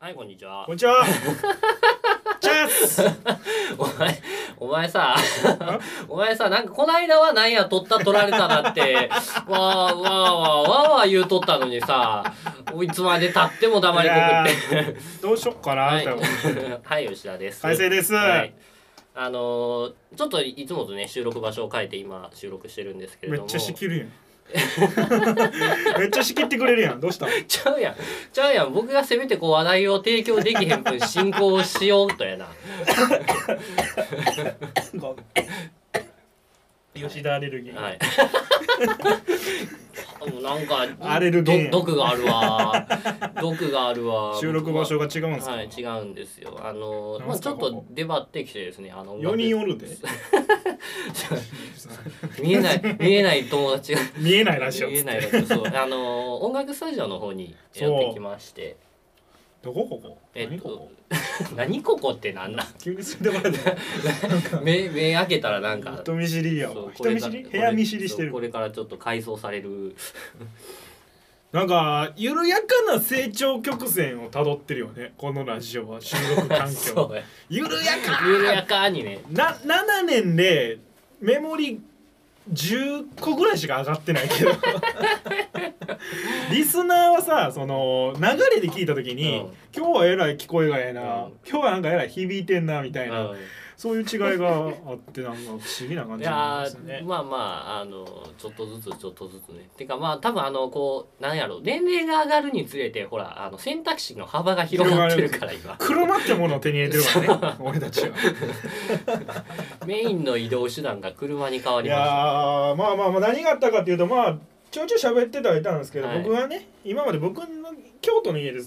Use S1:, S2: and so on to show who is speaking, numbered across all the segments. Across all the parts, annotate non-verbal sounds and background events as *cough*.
S1: はいこんにちは
S2: こんにちはチャンス
S1: お前お前さお前さなんかこないだはなんや取った取られただって *laughs* わーわーわーわーわー言うとったのにさいつまでたっても黙りこくって
S2: どうしよっかな、
S1: は
S2: み
S1: い
S2: たい
S1: *laughs*
S2: な、
S1: はい吉田です
S2: 快晴です、
S1: はいあのーちょっといつもとね収録場所を変えて今収録してるんですけれ
S2: め
S1: ども
S2: っちゃ仕切るやんめっちゃ仕切ってくれるやんどうした
S1: ちゃうやんちゃうやん僕がせめてこう話題を提供できへん分進行をしようとやな
S2: 吉田アレルギー、
S1: はいなんか
S2: アレルゲン
S1: ど毒があるわ毒があるわ
S2: 収録場所が違うんですか、
S1: はい違うんですよあの
S2: なん
S1: まあ
S2: す
S1: ち
S2: か
S1: ょっ
S2: ことこ
S1: 出張ってきてですねあの
S2: 4人おるで
S1: 見えない見えない友達が
S2: 見えないラジオっ
S1: 見
S2: つ
S1: え
S2: っ
S1: ない
S2: て
S1: のとそうあの音楽スタジオの方にやってきまして
S2: どこここ
S1: えっ
S2: 何こと
S1: 何ここってなんなん
S2: こ急に住んでもらって
S1: 目目開けたらなんか
S2: 人見知りやわ
S1: そうこ
S2: 人
S1: れ
S2: 見
S1: か
S2: 知り
S1: こ
S2: 部
S1: れ
S2: 屋見知りして
S1: そうこ
S2: る
S1: れからちょっと改装される
S2: なんか緩やかな成長曲線をたどってるよねこのラジオは収録環
S1: そ
S2: 境
S1: うや
S2: 緩やか
S1: 緩やかにね
S2: な7年でメモリ10個ぐらいしか上がってな
S1: *laughs*
S2: いけどリスナーはさその流れで聞いた時に、
S1: うん
S2: 今日はえらい聞こえがええな、
S1: うん
S2: 今日はなんかえらい響いてんなみたいな、
S1: うん
S2: そういう違いがあってなんか不思議な感
S1: い
S2: じな
S1: や
S2: んですよ
S1: ー
S2: ね。
S1: まあまああのちょっとずつちょっとずつねてかまあ多分あのこうなんやろう年齢が上がるにつれてほらあの選択肢の幅が広がってるから今
S2: *laughs* 車ってものを手に入れてる
S1: *laughs*
S2: からね俺たちは。
S1: メインの移動手段が車に変わ
S2: い
S1: り
S2: や
S1: ま
S2: ーまあまあまあ何があったかっていうとまあちょいちょい喋ってたはいたんですけど、
S1: はい
S2: 僕はね今まで僕の京都の家で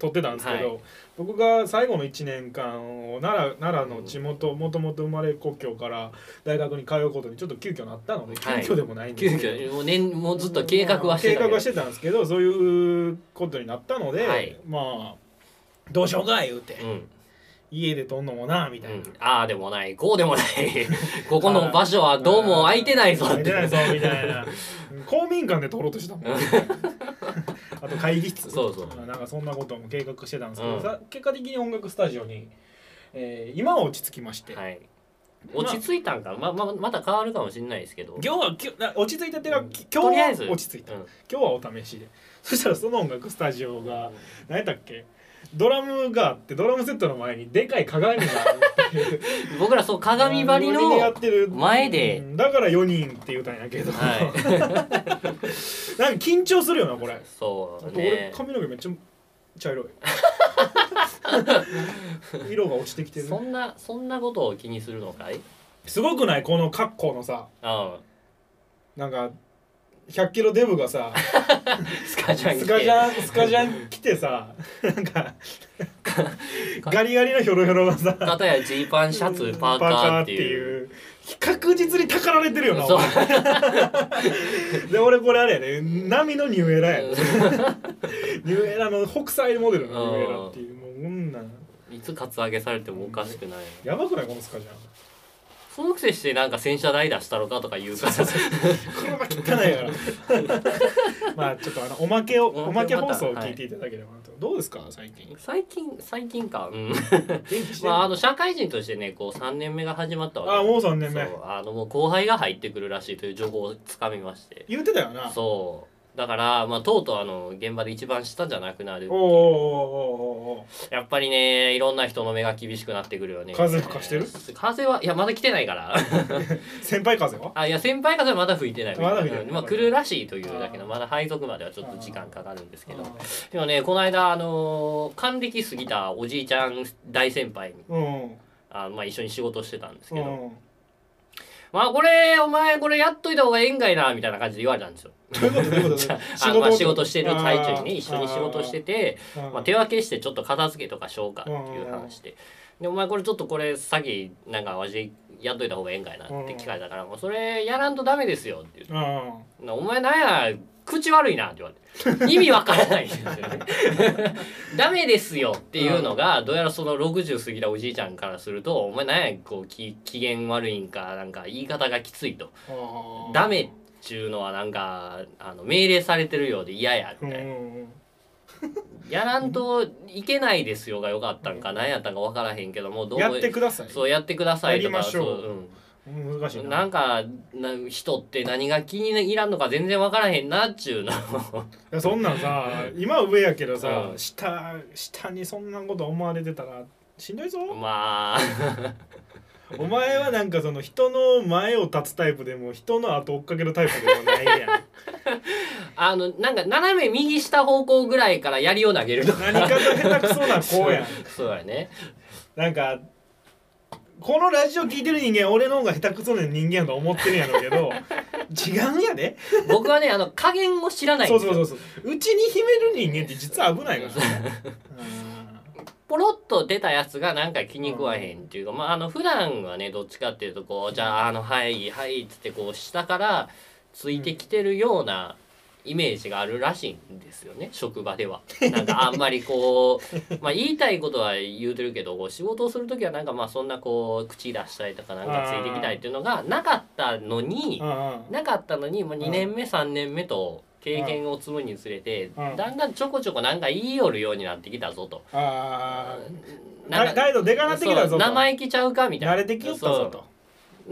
S2: 撮ってたんですけど、
S1: は
S2: 僕が最後の1年間を奈良奈良の地元もともと生まれ故郷から大学に通うことにちょっと急遽なったので急
S1: はい
S2: 遽でもないん
S1: す
S2: です
S1: 急
S2: けど、
S1: 遽もう年もうずっと計画はしてた
S2: 計
S1: け
S2: 画
S1: ど
S2: はしてたんですけどそういうことになったので、
S1: はい
S2: まあどうしようか言うて、
S1: うん、
S2: 家で撮んのもなみ
S1: う
S2: たいな。
S1: ん、ああでもないこうでもない *laughs* ここの場所はどうも空いてないぞ
S2: 空
S1: っ
S2: いてない
S1: て
S2: ぞみたいな公民館で撮ろうとしたもんあと会議室
S1: そうそう
S2: なんかそんなことも計画してたんですけど、
S1: うん
S2: さ結果的に音楽スタジオに、えー今は落ち着きまして、
S1: はい落ち着いたんかまままた変わるかもしれないですけど
S2: 今日はきゅな落ち着いたっていうかき
S1: と
S2: 今
S1: りあえ
S2: 日
S1: ず
S2: は落ち着いた、
S1: うん
S2: 今日はお試しでそしたらその音楽スタジオが何やったっけドラムがあってドラムセットの前にでかい鏡があるっていう
S1: 僕らそう *laughs* 鏡張りの
S2: 鏡張りでやってる
S1: 前で
S2: うんだから4人って言うたんやけど、
S1: は
S2: *laughs* なんか緊張するよなこれ
S1: いそ
S2: あ
S1: う
S2: と俺
S1: ね
S2: 髪の毛めっちゃ
S1: *laughs*
S2: 茶色い色が落ちてきてる
S1: そんなそんなことを気にするのかい
S2: すごくないこの格好のさ
S1: ああ
S2: なんか100キロデブがさ
S1: スカジャン
S2: スカジャンスカジャン着てさなん
S1: *laughs*
S2: かガリガリのヒョロヒョロがさ
S1: 片やジーパンシャツパーカーっていう
S2: う確実にたかられてるよな
S1: そう
S2: 俺で俺これあれやね波のニューエラ
S1: *laughs*
S2: やねニューエラの北斎モデルのニューエラっていうもうこんなん
S1: いつカツアゲされてもおかしくない
S2: やばくないこのスカジャン
S1: そのくせしてなんか洗車代出したろかとか言う
S2: *laughs*
S1: から
S2: 車汚
S1: *laughs*
S2: いからまあちょっとあのおまけ
S1: お
S2: をお
S1: ま
S2: ま
S1: け
S2: け
S1: をま
S2: 放
S1: た
S2: 送を聞いていただければなと、どうですか最近
S1: 最近最近かうん
S2: 元気してる、
S1: まああの社会人としてねこう3年目が始まったわけ
S2: あもう3年目
S1: そうあのもう後輩が入ってくるらしいという情報をつかみまして
S2: 言ってたよなおう
S1: そうだから、まあ、とうとうあの現場で一番下じゃなくなる
S2: おうおうおうおうおう
S1: やっぱりねいろんな人の目が厳しくなってくるよね
S2: 風吹かしてる
S1: 風はいやまだ来てないから *laughs*
S2: 先輩風は
S1: あいや先輩風はまだ吹いてない
S2: まだ吹いてない
S1: うんまあ、来るらしいというだけど
S2: あー
S1: まだ配属まではちょっと時間かかるんですけど
S2: あ
S1: でもねこの間あのー還暦過ぎたおじいちゃん大先輩に
S2: ーうん
S1: あ、まあ、一緒に仕事してたんですけ
S2: う
S1: ど、
S2: ん
S1: まあこれお前これやっといた方がええんかいなみたいな感じで言われたんですよ。
S2: どういうことどういうこ
S1: *laughs*
S2: と
S1: あまあ、仕事してる最中にね一緒に仕事しててまあ、手
S2: を
S1: 分けしてちょっと片付けとかしようかっていう話で。でお前これちょっとこれ先なんかわしやっといた方がええんかいなって聞かれたから「もうそれやらんとダメですよ」って言って
S2: う
S1: 「
S2: ん
S1: なお前なんや口悪いな」って言われて意味わからないんですよね。ダメですよっていうのがどうやらその60過ぎたおじいちゃんからすると「お前なんやこうき機嫌悪いんかなんか言い方がきつい」と
S2: あー
S1: ダメっちゅうのはなんかあの命令されてるようで嫌やみ
S2: うん
S1: たいな、
S2: うん
S1: やらんといけないですよが良かったんか何やったんか分からへんけどもどう
S2: やってください
S1: そうやってくださいとか
S2: やりましょう
S1: そう、うん、
S2: 難しい
S1: な
S2: なん
S1: かな人って何が気に入らんのか全然分からへんなっちゅうの *laughs*
S2: いやそんなんさ今は上やけどさ、
S1: うん
S2: 下下にそんなこと思われてたらしんどいぞ
S1: まあ
S2: お前はなんかその人の前を立つタイプでも人の後追っかけるタイプでもないやん
S1: あのなんか斜め右下方向ぐらいから槍を投げる
S2: *laughs*
S1: とか
S2: 何かと下手くそな子やん
S1: そうやね
S2: なんかこのラジオ聞いてる人間俺の方が下手くそな人間やと思ってるんやろうけど違うんやで
S1: 僕はねあの加減を知らないん
S2: そう
S1: です
S2: そ
S1: よ
S2: うそうそううちに秘める人間って実は危ないからね
S1: ポロッと出たやつがなんか気に食わへんっていうか、まああの普段はねどっちかっていうとこうじゃああのはいはいっつってこう下からついてきてるようなイメージがあるらしいんです
S2: *laughs*
S1: よね職場では。なんかあんまりこうまあ言いたいことは言うてるけどこう仕事をする時はなんかまあそんなこう口出したりとかなんかついてきたりっていうのがなかったのに。
S2: うんうん
S1: なかったのにもう
S2: うん
S1: 2年目3年目と経験を積むにつれて
S2: うん
S1: だんだんちょこちょこなんか言いよるようになってきたぞと。
S2: あー
S1: なん
S2: だ
S1: か
S2: 態度でかなってきた
S1: そ
S2: ぞ
S1: う
S2: と
S1: 生意気ちゃうかみたいな
S2: 慣れてきよったぞと
S1: そう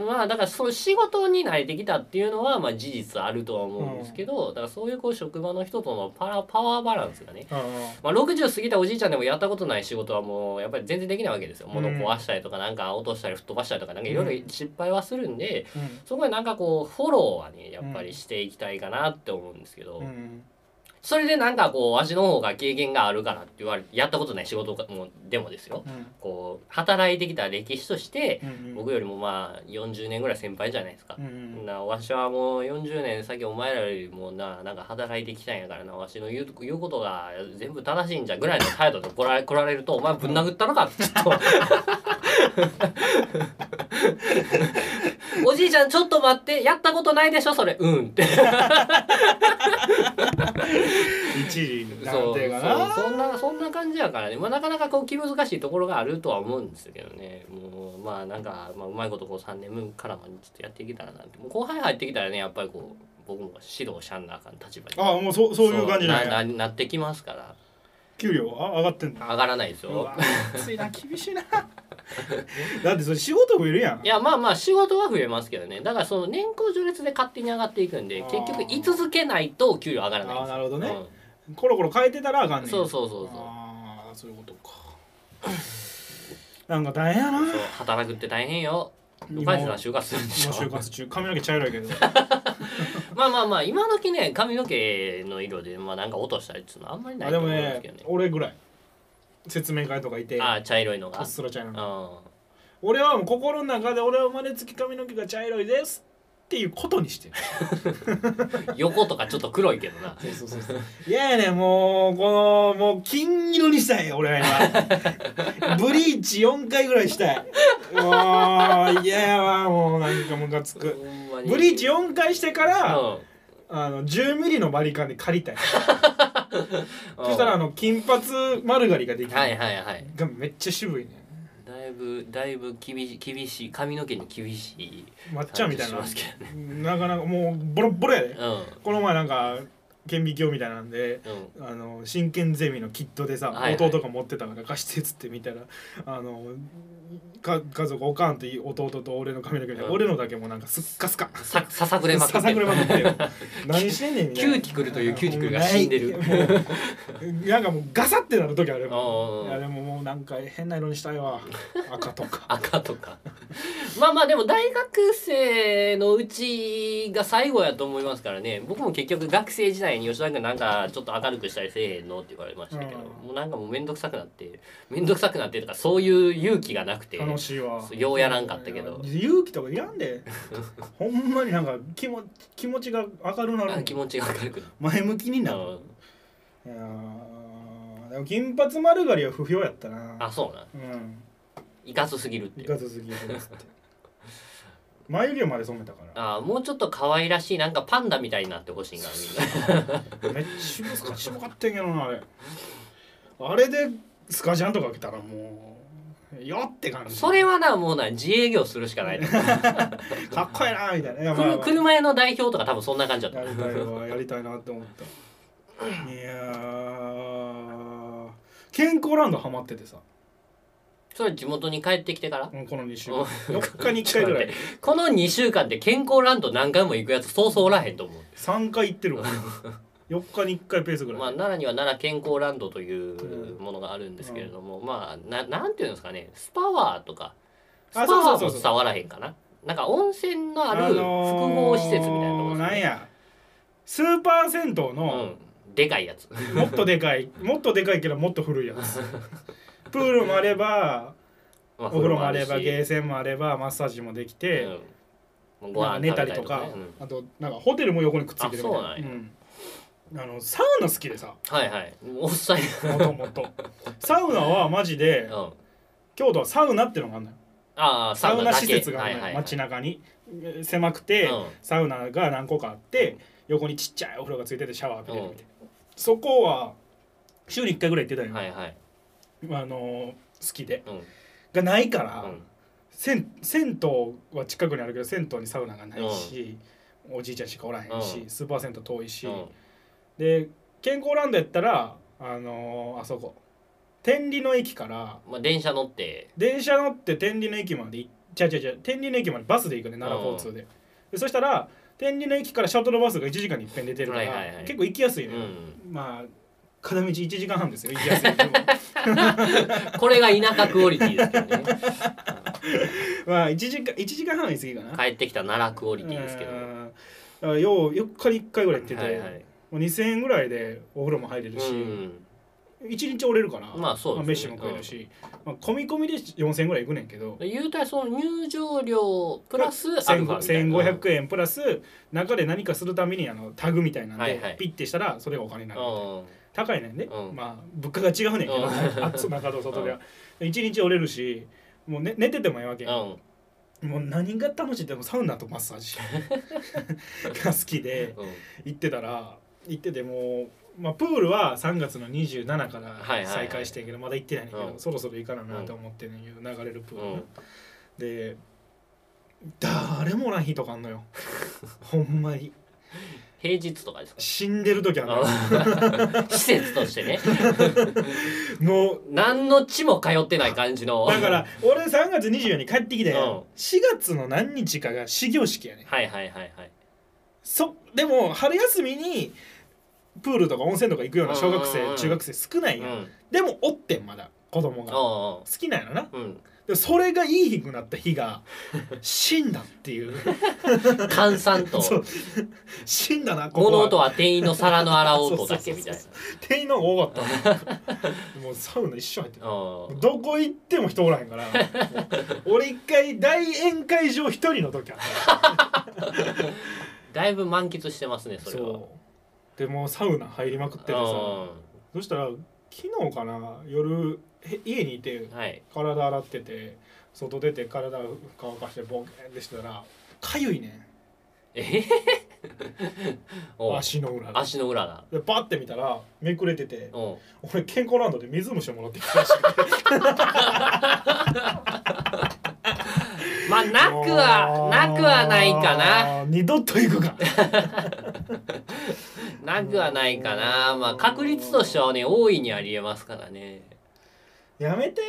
S1: まあだからそう仕事に慣れてきたっていうのはまあ事実あるとは思うんですけど、だからそういうこう職場の人とのパラパワーバランスがね、
S2: うんうん
S1: まあ、60過ぎたおじいちゃんでもやったことない仕事はもうやっぱり全然できないわけですよ
S2: うん
S1: 物壊したりとかなんか落としたり吹っ飛ばしたりとかなんかいろいろ失敗はするんで、
S2: うん
S1: そこでなんかこうフォローはねやっぱりしていきたいかなって思うんですけど、
S2: うん
S1: それでなんかこうわしの方が経験があるからって言われてやったことない仕事かもでもですよ
S2: うん
S1: こう働いてきた歴史として、
S2: うん
S1: 僕よりもまあ40年ぐらい先輩じゃないですか
S2: う、ん
S1: なわしはもう40年先お前らよりもななんか働いてきたんやからなわしの言う言うことが全部正しいんじゃぐらいの態度で来られ来られるとお前ぶん殴ったのかってち
S2: *laughs*
S1: ょっとおじいちゃんちょっと待ってやったことないでしょそれうんって
S2: 一時な
S1: そ
S2: ん
S1: う
S2: ていうか
S1: そうそん
S2: な
S1: なそんな感じやからね、まあ、なかなかこう気難しいところがあるとは思うんですけどねもうまあなんか、まあ、うまいことこう3年分からもちょっとやっていけたらなってもう後輩入ってきたらねやっぱりこう僕も指導しゃんなあかん立場に
S2: あもうそうそういう感じなん
S1: な
S2: や
S1: ななってきますから
S2: 給料あ上がってんだ
S1: 上がらないです
S2: う
S1: よ
S2: わ暑いな厳しいな *laughs* だってそれ仕事増えるやん
S1: いやまあまあ仕事は増えますけどねだからその年功序列で勝手に上がっていくんで
S2: あー
S1: 結局居続けないと給料上がらない
S2: あ
S1: ん
S2: あ
S1: ですよ
S2: なるほどね、
S1: うん
S2: コロコロ変えてたらあかんねん
S1: そうそうそうそう
S2: ああそういうことかなんか大変やな
S1: そう働くって大変よ
S2: 今
S1: うかいさん就活するんでしょ
S2: 今就活中髪の毛茶色やけど
S1: *laughs* まあまあまあ今時ね髪の毛の色でまあなんか落としたりっていうのはあんまりな
S2: あ
S1: い
S2: で
S1: と思
S2: も
S1: うんです
S2: ね
S1: けどね。
S2: 俺ぐらい説明会とかいて
S1: ああ茶色いの
S2: う
S1: が。
S2: っすら茶色いの
S1: う
S2: 俺はもう心の中で俺は生まれつき髪の毛が茶色いですっていうことにしてる
S1: ん。横とかちょっと黒いけどな。
S2: *laughs* そうそうそうそういややねもうこのもう金色にしたい俺は
S1: *laughs*
S2: 今ブリーチ4回ぐらいしたいもう嫌やわもうなんかムカつく
S1: ほんまに
S2: ブリーチ4回してか
S1: うん
S2: ら、あの10ミリのバリカンで借りたい
S1: うん
S2: そしたらあの金髪丸刈りができる、
S1: はいはいはい。
S2: がめっちゃ渋いね
S1: だいぶだいぶ厳しい厳しい髪の毛に厳しい
S2: 抹茶
S1: 感
S2: み
S1: じ
S2: たい
S1: し
S2: な
S1: ますけどね。
S2: なかなかもうボロッボロやで
S1: うん
S2: この前なんか顕微鏡みたいなんで
S1: うん。
S2: あの真剣ゼミのキットでさ、
S1: はいはい
S2: 弟が持ってたから貸してっつって見たらあのか家族おかんとい弟と俺の髪の毛みたいな、
S1: うん
S2: 俺のだけもなんかすっかすか
S1: さささくれまく
S2: さ
S1: っ
S2: さ
S1: て
S2: くれ
S1: る。
S2: まくっ
S1: *laughs*
S2: てよ何してんねんみたいな
S1: キューティクルというキューティクルが死んでる
S2: もうなんかもうガサってなる時ある
S1: うんうんうん
S2: いやでももうなんか変な色にしたいわ赤とか
S1: 赤とかまあまあでも大学生のうちが最後やと思いますからね僕も結局学生時代に吉田君なんかちょっと明るくしたりせえへんのって言われましたけど、
S2: うん
S1: もうなんかもう面倒くさくなって面倒くさくなってとかそういう勇気がなくて
S2: 楽しいわ
S1: そうようやらんかったけど
S2: いや勇気とかいら
S1: *laughs*
S2: んでほんまになんか気も気持ちが明るな
S1: あ
S2: る
S1: 気持ちが明るく
S2: 前向きに
S1: な
S2: な
S1: る、
S2: る
S1: うん
S2: いやーでも金髪丸刈りは不評やったな
S1: あそうなん
S2: うん
S1: いかつすぎるって
S2: い
S1: いう
S2: かつすぎるっつって眉毛まで染めたから
S1: あもうちょっと可愛らしいなんかパンダみたいになってほしいんかなみんな
S2: めっちゃ難しかったんやけどなあれあれでスカジャンとか来たらもうよって感じ
S1: それはなもうな自営業するしかないと思う
S2: かっこいいなみたいないや
S1: くる車屋の代表とか多分そんな感じだった
S2: やりたいわやりたいなって思ったいやー健康ランドハマっててさ
S1: それ地元に帰ってきてから
S2: この2週
S1: お
S2: 間4日に1回
S1: *laughs*
S2: ぐらい
S1: この2週間で健康ランド何回も行くやつそうそうおらへんと思う
S2: 3回行ってるわ4日に1回ペースぐらい、
S1: まあ、奈良には奈良健康ランドというものがあるんですけれども、まあななんていうんですかねスパワーとかスパ
S2: あそうそ
S1: ワ
S2: う
S1: ー
S2: そう
S1: も
S2: そう
S1: 伝わらへんかななんか温泉のある複合施設みたいなところ
S2: あ
S1: で
S2: のー
S1: す
S2: なん
S1: ね
S2: やスーパー銭湯の
S1: うん、でかいやつ
S2: もっとでかい、もっとでかいけどもっと古いや
S1: *laughs*
S2: つプールもあれば
S1: まあ
S2: お風呂もあれば
S1: 風
S2: ゲ
S1: 呂
S2: ーセンもあればマッサージもでき
S1: もあ
S2: て、
S1: るしうんご
S2: まあ
S1: 飯
S2: 寝
S1: 食
S2: た
S1: べ
S2: りとか、
S1: うん
S2: あとなんかホテルも横にくっついてるみたい
S1: あそ
S2: な
S1: うなんや
S2: うんあのサウナ好きでさ
S1: はいはいおっさんや、
S2: もとも
S1: *laughs*
S2: とサウナはマジ
S1: う
S2: で
S1: ん、あ
S2: 京都はサウナってのがあるのよ
S1: あ
S2: サウナ
S1: だけ
S2: 施設があ
S1: はい
S2: るのよ、
S1: はいはい
S2: 街中にえ狭くて、
S1: うん
S2: サウナが何個かあって横にちっちゃいお風呂がついててシャワー浴びれるみたいな、そこは週に1回ぐらい行ってたよ、
S1: はいはい
S2: あのー好きで
S1: うん
S2: がないから、
S1: うん
S2: せん銭湯は近くにあるけど銭湯にサウナがないし、おじいちゃんしかおらへんし、
S1: うん
S2: スーパー銭湯遠いし、
S1: うん
S2: で健康ランドやったらあのーあそこ天理の駅から
S1: まあ、電車乗って
S2: 電車乗って天理の駅まで行っちゃうちゃうちゃう天理の駅までバスで行くね奈良交通で,、でそしたら天理の駅からシャトルバスが1時間に一遍出てるか
S1: は
S2: ら、
S1: いはいはい
S2: 結構行きやすいうね、
S1: ん、
S2: まあ片道1時間半ですよ行きやすいけ
S1: *laughs*
S2: ど
S1: これが田舎クオリティですけどね
S2: まあ1時間一時間半は行き過ぎかな
S1: 帰ってきた奈良クオリティですけど、
S2: うんだからよう4日に1回ぐらい行ってて、
S1: はいはい
S2: もう2000円ぐらいでお風呂も入れるし、
S1: うん
S2: 一1日折れるから、
S1: まあそうです
S2: 飯
S1: ね
S2: も食えるし、まあ、込み込みで4000円ぐらい行くねんけど
S1: 言うたらその入場料プラスアルファみたいな
S2: 1500円プラス中で何かするためにあのタグみたいなんで、
S1: はいはい
S2: ピッてしたらそれがお金になる、
S1: うん
S2: 高いねんで、
S1: うん
S2: まあ物価が違うねんけど、
S1: うん
S2: *laughs* あそう中と外では、一日折れるしもう、ね、寝ててもええわけ、
S1: うん
S2: もう何が楽しいってもうサウナとマッサー
S1: *laughs*
S2: ジが好きで
S1: うん
S2: 行ってたら行っててもう、まあ、プールは3月の27
S1: はいはいは
S2: から
S1: い
S2: 再開してんけど、まだ行ってないねんけど、
S1: うん
S2: そろそろ行かななと思ってんねんけど流れるプールな、
S1: うん
S2: で誰もおらん日とかあんの
S1: *laughs*
S2: よほんまに
S1: 平日とかですか
S2: 死んでる時あんのよ
S1: あ *laughs* 施設としてね
S2: *laughs* もう
S1: 何の地も通ってない感じの
S2: だから俺3月24日に帰ってきて、
S1: うん
S2: 4月の何日かが始業式やねん
S1: はいはいはいはい
S2: そでも春休みにプールとか温泉とか行くような小学
S1: うんうんう
S2: 生
S1: ん
S2: 中学生少な
S1: う
S2: い
S1: ん
S2: やん、でもおってんまだ子供が好
S1: あ
S2: きなんやろな
S1: あうん
S2: でそれがいい日になった日が死んだっていう
S1: 閑散と
S2: そう死んだなここ
S1: 物
S2: は
S1: 音は店員の皿の洗う音だけみたいな
S2: そ店員の方が多か
S1: *laughs*
S2: ったもうサウナ一緒入ってる
S1: うん
S2: どこ行っても人おらへんから
S1: *laughs*
S2: 俺一回大宴会場一人の時あった
S1: だいぶ満喫してますね *laughs* それは
S2: うでもうサウナ入りまくっててさそしたら昨日かな夜へ家にいて
S1: うんはい
S2: 体洗ってて外出て体乾かしてボケンってしてたらかゆいね
S1: えへへへお
S2: ん
S1: う
S2: 足の裏が
S1: 足の裏だ
S2: でバッて見たらめくれてて
S1: うん
S2: 俺健康ランドで水虫をもらってきたらしい
S1: まあなくはなくはないかな
S2: な二度と行くか
S1: なくはないかなまあ確率としてはね大いにありえますからね
S2: やめて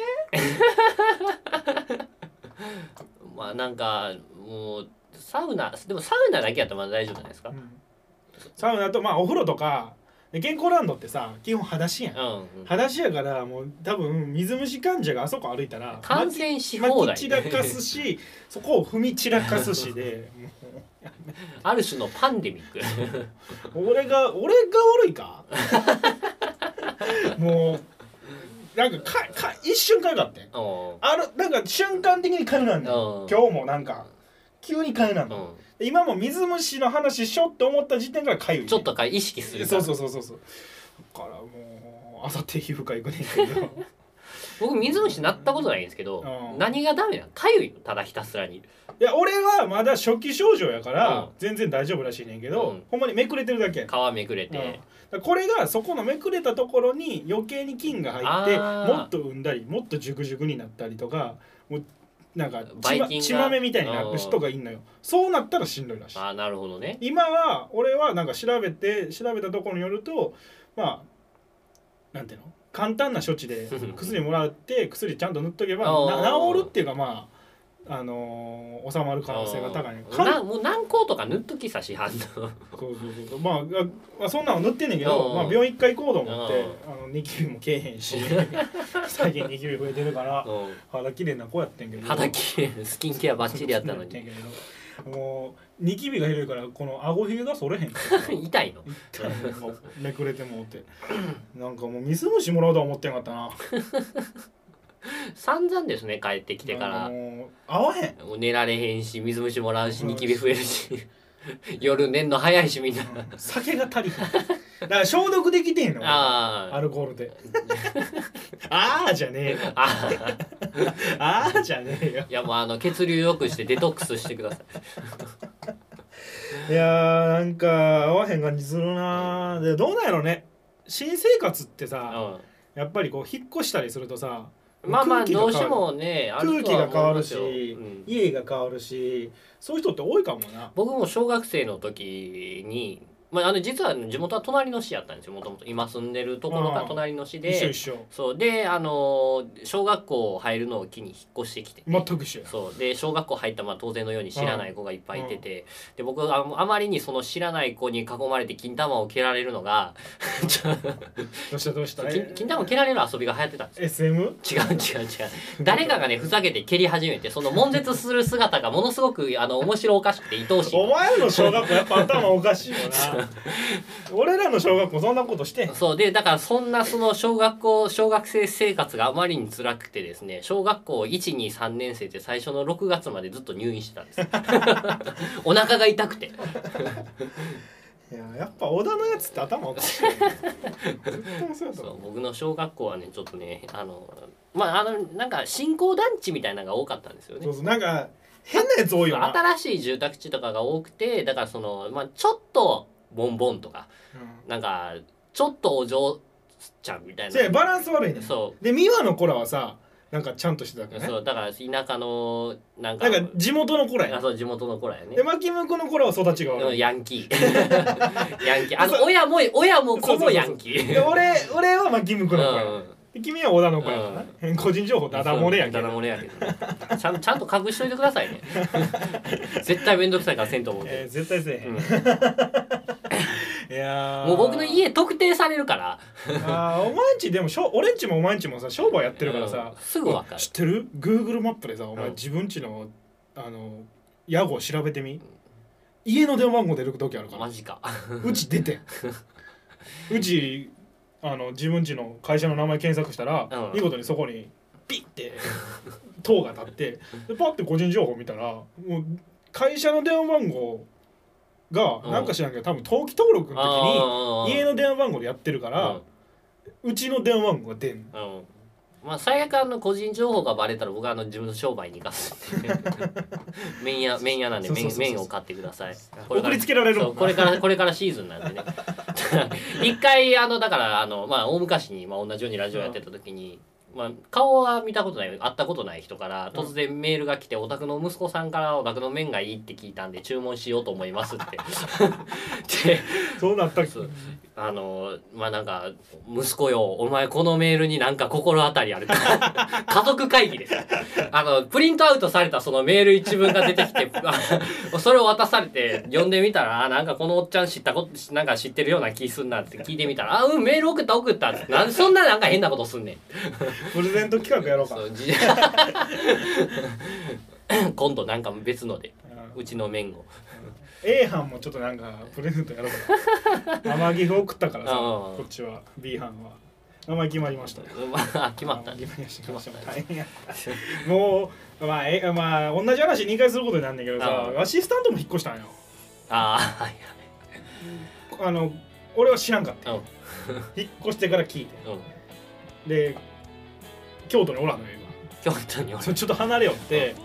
S1: まあなんかもうサウナでもサウナだけやったらまだ大丈夫じゃないですか
S2: サウナとまあお風呂とかで健康ランドってさ基本裸足やん
S1: うんうん
S2: 裸足やからもう多分水虫患者があそこ歩いたら
S1: 感染し
S2: まき
S1: 放
S2: まき
S1: 題
S2: 散らかす
S1: *laughs*
S2: しそこを踏み散らかすしで
S1: ある種のパンデミック *laughs*
S2: もう俺が俺が悪いかもうなんかかか一瞬かかってん
S1: うん
S2: あるなんか瞬間的にかゆなんだ
S1: うん
S2: よ今日もなんか急にかゆなんだ
S1: うん
S2: 今も水虫の話しようって思った時点からかゆいね
S1: ちょっとか意識するか
S2: そ
S1: ら
S2: うそうそうそうそうだからもうあさって皮膚科行くねんけど
S1: 僕水虫なったことないんですけど
S2: うん
S1: 何がダメなのかゆいのただひたすらに
S2: いや俺はまだ初期症状やから、
S1: うん
S2: 全然大丈夫らしいねんけど、
S1: うん
S2: ほんまにめくれてるだけやねん
S1: 皮めくれ
S2: うんだか
S1: て
S2: らこれがそこのめくれたところに余計に菌が入って
S1: あー
S2: もっと産んだりもっとジュクジュクになったりとかもうなんか
S1: バ
S2: 血,、
S1: イ
S2: ま、
S1: キンが
S2: 血豆みたいになる人がいんのよそうなったらしんどいらしい
S1: あーなるほどね
S2: 今は俺はなんか調べて調べたところによるとまあなんていうの簡単な処置
S1: *laughs*
S2: で薬もらって薬ちゃんと塗っとけば
S1: おー
S2: な治るっていうかまああのー収まる可能性が高いね
S1: うん
S2: かん
S1: なもう軟膏とか塗っときさ市販の
S2: そうそうそうそうまああまあそんなの塗ってんねんけ
S1: う
S2: ど、
S1: ん
S2: まあ、病院一回行こうと思って
S1: う
S2: あのニキビもけえへ
S1: *laughs*
S2: んし最近ニキビ増えてるから
S1: うん
S2: 肌綺麗な子やってんけど
S1: 肌きれいスキンケアバッチリやったの
S2: そう
S1: に
S2: やってんけどもうニキビが減るからこの顎ひげがそれへんから
S1: 痛いの
S2: もう *laughs* めくれてもうてなんかもう水虫もらうとは思ってんかったな
S1: 散々ですね帰ってきてから
S2: もう合わへん
S1: もう寝られへんし水虫もらうしニキビ増えるし夜寝んの早いしみんな
S2: 酒が足りへんだから消毒できてんのア
S1: あー
S2: ルコール
S1: *laughs*
S2: でああじゃねえよ
S1: あー
S2: ああじゃねえよ
S1: いやもうあの血流良くしてデトックスしてください
S2: いやーなんか合わへん感じするなでどうなんやろね新生活ってさ
S1: う
S2: やっぱりこう引っ越したりするとさ
S1: ん、まあまあ
S2: 空気が
S1: どう
S2: 変わる
S1: してもねあ
S2: 空
S1: る
S2: 気
S1: とは
S2: が変
S1: 思
S2: わ
S1: いま
S2: る
S1: すよ
S2: し、
S1: うん
S2: 家が変わるしそういう人って多いかもな
S1: 僕も小学生の時に、まあ、あの実は地元は隣の市やったんですよもともと今住んでるところが隣の市
S2: 一緒
S1: で
S2: 一緒
S1: そうであの小学校入るのを機に引っ越してきて、
S2: 全く一緒や
S1: そうで小学校入ったまあ当然のように知らない子がいっぱいいててで僕はああまりにその知らない子に囲まれて金玉を蹴られるのがちょっ
S2: どうしたどうした
S1: と金金玉を蹴られる遊びが流行ってたんですよ
S2: SM?
S1: 違う違う違う誰かがねふざけて蹴り始めてその悶絶する姿がものすごくあの面白おかしくて愛おしい
S2: お前の小学校やっぱ頭おかし
S1: *laughs*
S2: いよな俺らの小学校そんなことしてへん
S1: そうでだからそんなその小学校小学生生活があまりに辛くてですね小学校123年生って最初の6月までずっと入院してたんです
S2: *laughs*
S1: お腹が痛くて
S2: いややっぱ小田のやつって頭おかしいよな絶対そうやと
S1: そ
S2: 思う
S1: う僕の小学校はねちょっとねあのまああのなんか新興団地みたいなのが多かったんですよね
S2: そうそうなんか変なやつ多いよな、
S1: 新しい住宅地とかが多くてだからその、まあ、ちょっとボンボンとかなんかちょっとお嬢ちゃんみた
S2: う
S1: い
S2: ん、
S1: な
S2: せやバランス悪いね
S1: そ
S2: で美和の子らはさなんかちゃんとしてたか
S1: う
S2: らね
S1: そうだから田舎のなんか
S2: なんか地元の子らや
S1: あそう地元の子らやね
S2: で巻き向こうの子らは育ちが悪い
S1: うんヤンキ
S2: *laughs*
S1: ーヤンキーあの親も親も子もヤンキ
S2: で
S1: ー
S2: 俺俺はまあ義務
S1: う
S2: 子
S1: ん
S2: の子や、で君は小田の子やからな、個人情報ダダ漏れやけ
S1: ダダ
S2: ど、
S1: 漏れやけどねちゃんちゃんと隠しといてくださいね
S2: *laughs*
S1: 絶対面倒くさいからせんと思う
S2: え
S1: け
S2: ー絶対せえ
S1: ど、
S2: へ、
S1: うんん
S2: *laughs* いやー
S1: もう僕の家特定されるから
S2: あーお前んちでもしょ俺んちもお前んちもさ商売やってるからさ
S1: うん、すぐわかる
S2: 知ってる ?Google マップでさお前
S1: うん
S2: 自分ちのあの屋号調べてみ家の電話番号出る時あるから
S1: マジか
S2: うち出て
S1: *laughs*
S2: うちあの自分ちの会社の名前検索したら、
S1: うん
S2: 見事にそこにピッて塔が立ってでパッて個人情報見たらもう会社の電話番号が
S1: うん
S2: なんか知らんけど多分登記登録の時に家
S1: の
S2: の電話番号でやってるから、うちの電話番号が出んの
S1: うんまあ最悪あの個人情報がバレたら僕はあの自分の商売に生かすって
S2: *laughs*
S1: いう麺屋麺屋なんで
S2: そうそう
S1: 麺
S2: そうそう
S1: 麺を買ってくださいこれから
S2: 送りつけられる
S1: そ
S2: も
S1: うんこれからこれからシーズンなんでね *laughs* 一回あのだからあのまあ大昔にまあ同じようにラジオやってた時に、まあ、顔は見たことない会ったことない人から突然メールが来て、お宅の息子さんからお宅の麺がいいって聞いたんで注文しようと思いますって
S2: *laughs*
S1: で
S2: そうなったっけ
S1: そうあのまあなんか「息子よお前このメールになんか心当たりあるか *laughs* 家族会議ですあのプリントアウトされたそのメール一文が出てきて *laughs* あそれを渡されて読んでみたらあなんかこのおっちゃん知ったことなんか知ってるような気すんなって聞いてみたら「あうんメール送った送った」ってなんでそんななんか変なことすんねん
S2: プレゼント企画やろうか
S1: そうじ *laughs* 今度なんか別ので
S2: うん
S1: うちの麺を *laughs*
S2: A 班もちょっとなんかプレゼントやろう
S1: *laughs*
S2: かな天城送ったからさ
S1: うん
S2: こっちは B 班は名前決まりました
S1: うんまあ決まったね
S2: 決まりました大変やったもうまあえまあ同じ話2回することになんねんけどさ
S1: うん
S2: アシスタントも引っ越したんよ
S1: ああはい
S2: あの俺は知らんかっ
S1: はい
S2: た引っ越してから聞いて
S1: うんうん
S2: で京都におらんのよ
S1: 京都にお
S2: 今
S1: る
S2: そうちょっと離れよって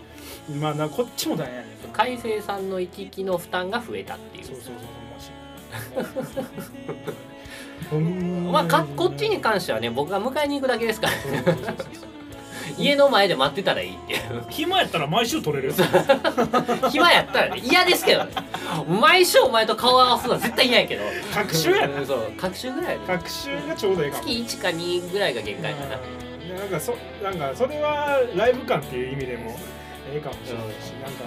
S2: まあなこっちも大変やねんけど
S1: 海星さんの行き来の負担が増えたってい
S2: そう
S1: う
S2: そうそうそうマジ
S1: まあかこっちに関してはね僕が迎えに行くだけですから
S2: そうそうそうそう
S1: 家の前で待ってたらいいっていう
S2: 暇やったら毎週撮れるよ
S1: 暇やったらね嫌ですけどね毎週お前と顔合わすのは絶対嫌やけど
S2: 隔週や
S1: う
S2: なん
S1: そう隔週ぐらいやね
S2: 隔週がちょうどいいかも
S1: 月1か2ぐらいが限界かな
S2: うんなんかそなんかそれはライブ感っていう意味でもええかもしれないし、なんか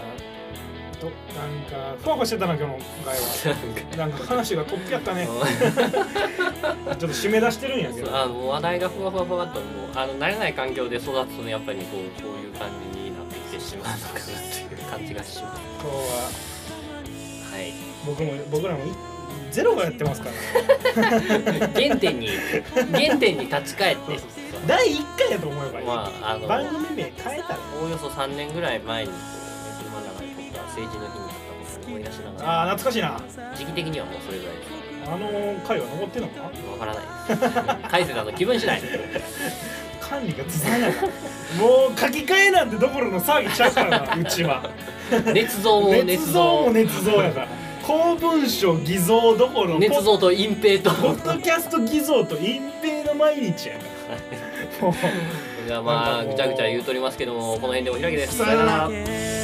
S2: となんかふわふわしてたな今日の会話なんか話がトップやったねちょっと締め出してるんやけど
S1: あの話題がふわふわふわっともうあの慣れない環境で育つとねやっぱりこうこういう感じになってきてしまうのかなという感じがします
S2: 今日は
S1: はい
S2: 僕も僕らもいゼロがやってますから、ね、
S1: 原点に原点に立ち返って
S2: そうそう第一回やと思えばいい、
S1: まああの
S2: 番組名変えたら
S1: おおよそ3年ぐらい前にこう車の中で撮った政治の日に撮ったことを思い出しながら
S2: あー懐かしいな
S1: 時期的にはもうそれぐらいです
S2: あの回は残ってんのかな
S1: わからないです解説だと気分次第
S2: 管理がずさんやなもう書き換えなんてどころの騒ぎちゃうからなうちは
S1: 熱造も
S2: 捏
S1: 熱
S2: 造も
S1: 造
S2: 捏造やから公文書偽造どころポ
S1: 熱
S2: ッ
S1: 造と隠蔽 *laughs* と
S2: ポッドキャスト偽造と隠蔽の毎日やからもう
S1: がまあぐちゃぐちゃ言うとりますけどもこの辺でお開きですさよなら
S3: 「